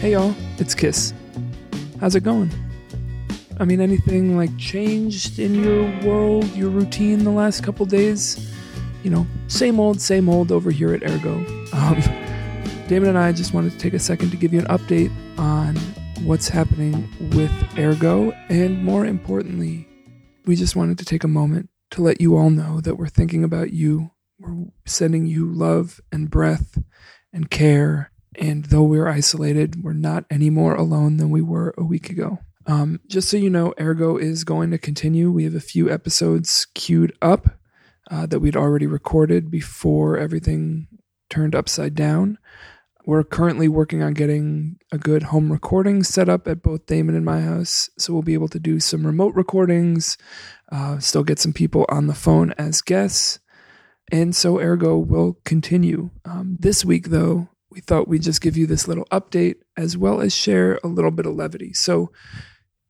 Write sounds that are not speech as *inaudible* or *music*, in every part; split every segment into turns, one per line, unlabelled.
Hey y'all, it's Kiss. How's it going? I mean, anything like changed in your world, your routine the last couple days? You know, same old, same old over here at Ergo. Um, Damon and I just wanted to take a second to give you an update on what's happening with Ergo, and more importantly, we just wanted to take a moment to let you all know that we're thinking about you. We're sending you love and breath and care. And though we're isolated, we're not any more alone than we were a week ago. Um, just so you know, Ergo is going to continue. We have a few episodes queued up uh, that we'd already recorded before everything turned upside down. We're currently working on getting a good home recording set up at both Damon and my house. So we'll be able to do some remote recordings, uh, still get some people on the phone as guests. And so Ergo will continue. Um, this week, though, we thought we'd just give you this little update as well as share a little bit of levity. So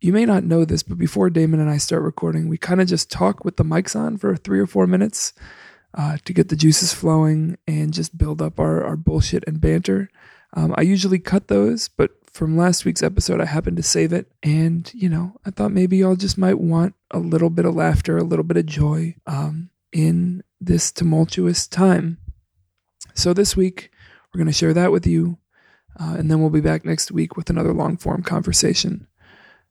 you may not know this, but before Damon and I start recording, we kind of just talk with the mics on for three or four minutes uh, to get the juices flowing and just build up our, our bullshit and banter. Um, I usually cut those, but from last week's episode, I happened to save it. And, you know, I thought maybe y'all just might want a little bit of laughter, a little bit of joy um, in this tumultuous time. So this week, we're going to share that with you. Uh, and then we'll be back next week with another long form conversation.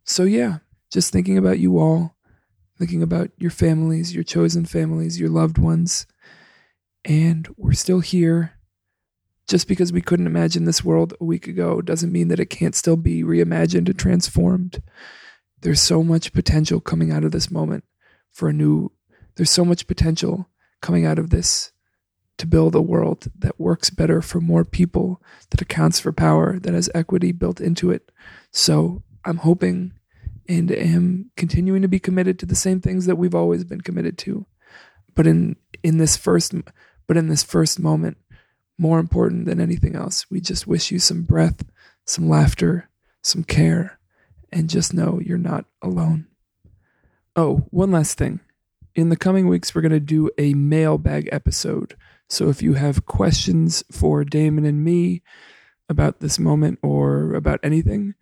So, yeah, just thinking about you all, thinking about your families, your chosen families, your loved ones. And we're still here. Just because we couldn't imagine this world a week ago doesn't mean that it can't still be reimagined and transformed. There's so much potential coming out of this moment for a new, there's so much potential coming out of this to build a world that works better for more people, that accounts for power, that has equity built into it. So I'm hoping and am continuing to be committed to the same things that we've always been committed to. But in in this first but in this first moment, more important than anything else, we just wish you some breath, some laughter, some care, and just know you're not alone. Oh, one last thing. In the coming weeks, we're going to do a mailbag episode. So if you have questions for Damon and me about this moment or about anything,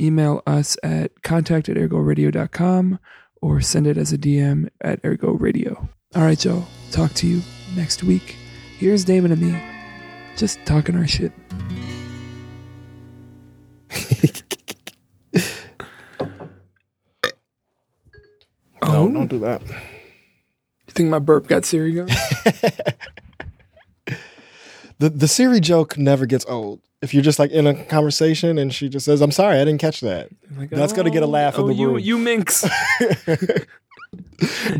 email us at contact at ergoradio.com or send it as a DM at ergo radio. All right, y'all. Talk to you next week. Here's Damon and me just talking our shit. Oh.
No, don't do that.
You think my burp got Siri
*laughs*
going?
The the Siri joke never gets old. If you're just like in a conversation and she just says, "I'm sorry, I didn't catch that," *laughs*
Like,
That's gonna get a
"Oh,
laugh in
oh,
the
you,
room."
You
*laughs*
minx.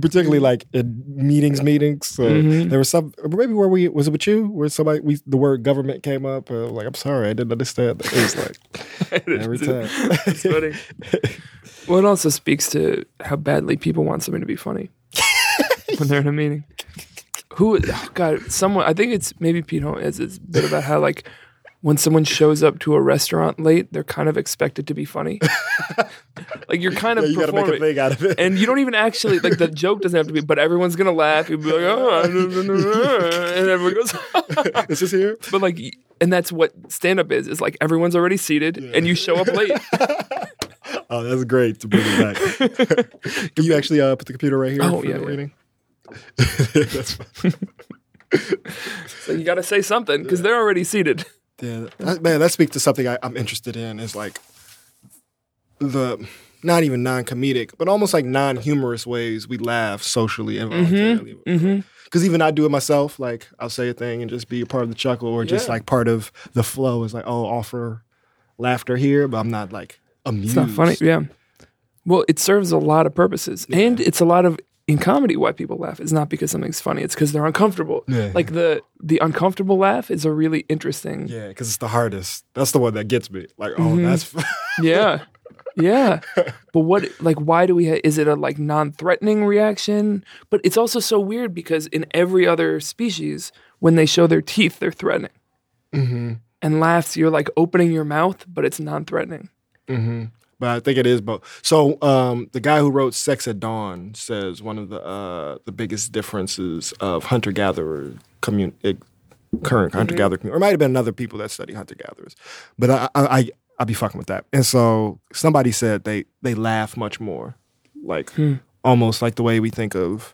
particularly like in meetings, meetings. So
Mhm.
There was some maybe where we was it with you where somebody we the word government came up. Uh, like, I'm sorry, I didn't understand. It was
*laughs*
like every time. *laughs*
That's funny. Well, it also speaks to how badly people want something to be
*laughs*
funny when they're in a meeting. Who? oh, God, someone. I think it's maybe Pete Holmes. It's, it's a bit about how like when someone shows up to a restaurant late, they're kind of expected to be
*laughs*
funny. like you're kind of
Yeah, you got to make a
performing.
thing out of it. *laughs*
and you don't even actually like the joke doesn't have to be, but everyone's gonna laugh. You'll be like, oh, and everyone goes, *laughs* "Oh,
is this here?
But like, y- and that's what stand up is. Is like everyone's already seated, and you show up late.
Oh, that's great to bring it
*laughs*
back. *laughs* Can you actually uh, put the computer right here
Oh,
for
yeah,
the
yeah.
reading? *laughs* that's fine.
so you got to say something because they're already seated.
Yeah, that, man, that speaks to something I, I'm interested in. Is like the not even non-comedic, but almost like non-humorous ways we laugh socially
Mm-hmm.
and voluntarily. Because even I do it myself. Like I'll say a thing and just be a part of the chuckle, or just
Yeah.
like part of the flow. Is like, oh, offer laughter here, but I'm not like amused.
It's not funny. Yeah. Well, it serves a lot of purposes, and it's a lot of in comedy why people laugh is not because something's funny. It's because they're uncomfortable.
Yeah.
Like the the uncomfortable laugh is a really interesting.
Yeah, because it's the hardest. That's the one that gets me. Like, oh,
Mm-hmm.
that's *laughs*
Yeah. Yeah. But what, like, why do we, ha- is it a like non threatening reaction? But it's also so weird because in every other species, when they show their teeth, they're threatening.
Mm-hmm.
And laughs, you're like opening your mouth, but it's non threatening.
but I think it is both. So um, the guy who wrote Sex at Dawn says one of the uh, the biggest differences of hunter gatherer commun- eh, current hunter gatherer community, or it might have been another people that study hunter gatherers, but I, I I I'd be fucking with that. And so somebody said they they laugh much more, like almost like the way we think of.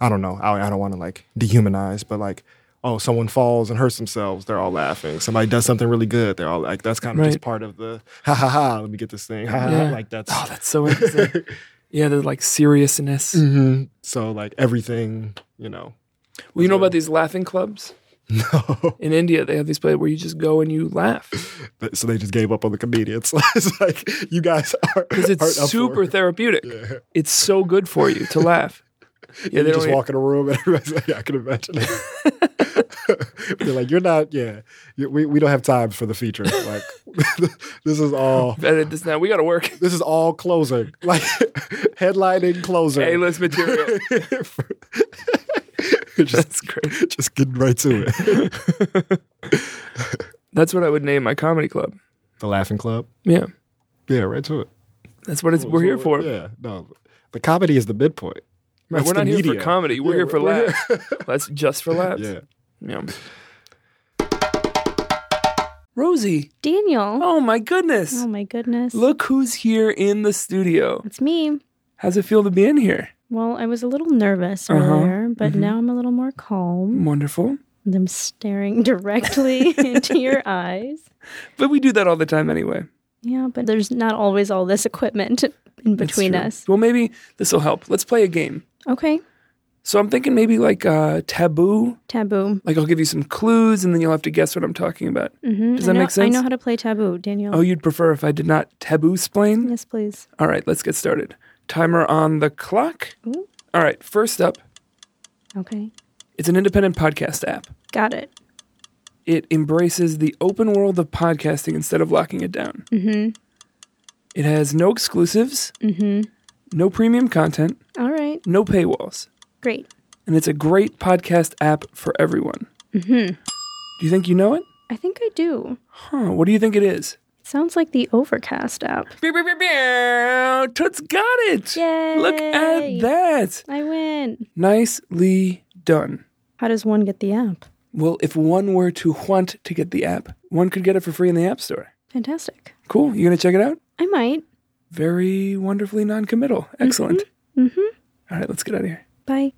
I don't know. I, I don't want to like dehumanize, but like, oh, someone falls and hurts themselves, they're all laughing. Somebody does something really good, they're all like, that's kind of just
Right.
part of the ha ha ha. Let me get this thing. Ha, ha, ha.
Yeah.
Like that's
Oh, that's so
*laughs*
interesting. yeah, the like seriousness.
Mhm. so like everything,
*laughs*
you know. *laughs*
Well, you know about these laughing clubs
No,
in India? They have these places where you just go and you laugh
But- so they just gave up on the comedians. *laughs* it's like you guys
*laughs*
are
because it's
aren't up for
super
it.
therapeutic. It's so good for you to laugh. Yeah,
*laughs* you
they
just
don't. e-
walk in a room and everybody's like, yeah, I can imagine
*laughs*
it. They're like, you're not, yeah, you, we, we don't have time for the feature. Like, *laughs* this is all,
Edit this now. We got to work. *laughs*
this is all closing, *laughs* like headlining closer.
A list material.
just,
That's great.
*laughs* just getting right to it. *laughs*
That's what I would name my comedy club.
The Laughing Club.
Yeah,
Yeah, right to it.
that's what it's, we're here for.
Oh, Yeah, no, the comedy is the midpoint.
Right,
That's
we're
the
not here
media.
for comedy. We're
Yeah,
here for
we're- we're
laughs. That's just for laughs.
*laughs* Yeah.
Yeah. Rosie.
Daniel.
Oh my goodness.
Oh my goodness.
Look who's here in the studio.
It's me.
How's it feel to be in here?
Well, I was a little nervous
Uh-huh.
earlier, but now I'm a little more calm.
Wonderful.
And I'm staring *laughs* directly into your eyes.
But we do that all the time anyway.
Yeah, but there's not always all this equipment in
That's
between
true.
us.
Well, maybe this will help. Let's play a game.
Okay.
So I'm thinking maybe like uh, taboo.
Taboo.
Like I'll give you some clues and then you'll have to guess what I'm talking about.
hmm
Does
I
that
know,
make sense?
I know how to play taboo, Daniel.
Oh, you'd prefer if I did not taboo splain?
yes, please.
All right, let's get started. Timer on the clock.
Ooh.
All right, first up,
Okay.
it's an independent podcast app.
Got it.
It embraces the open world of podcasting instead of locking it down.
Mm-hmm.
It has no exclusives,
Mm-hmm.
no premium content,
All right.
no paywalls,
Great.
and it's a great podcast app for everyone.
Mm-hmm.
Do you think you know it?
I think I do.
Huh, what do you think it is?
It sounds like the Overcast app.
Beow, beow, beow, beow. Toots got it!
Yay!
Look at that!
I win.
Nicely done.
How does one get the app?
Well, if one were to want to get the app, one could get it for free in the App Store.
Fantastic.
Cool. You gonna check it out?
I might.
Very wonderfully non committal. Excellent.
Mm-hmm.
All right, let's get out of here.
Bye.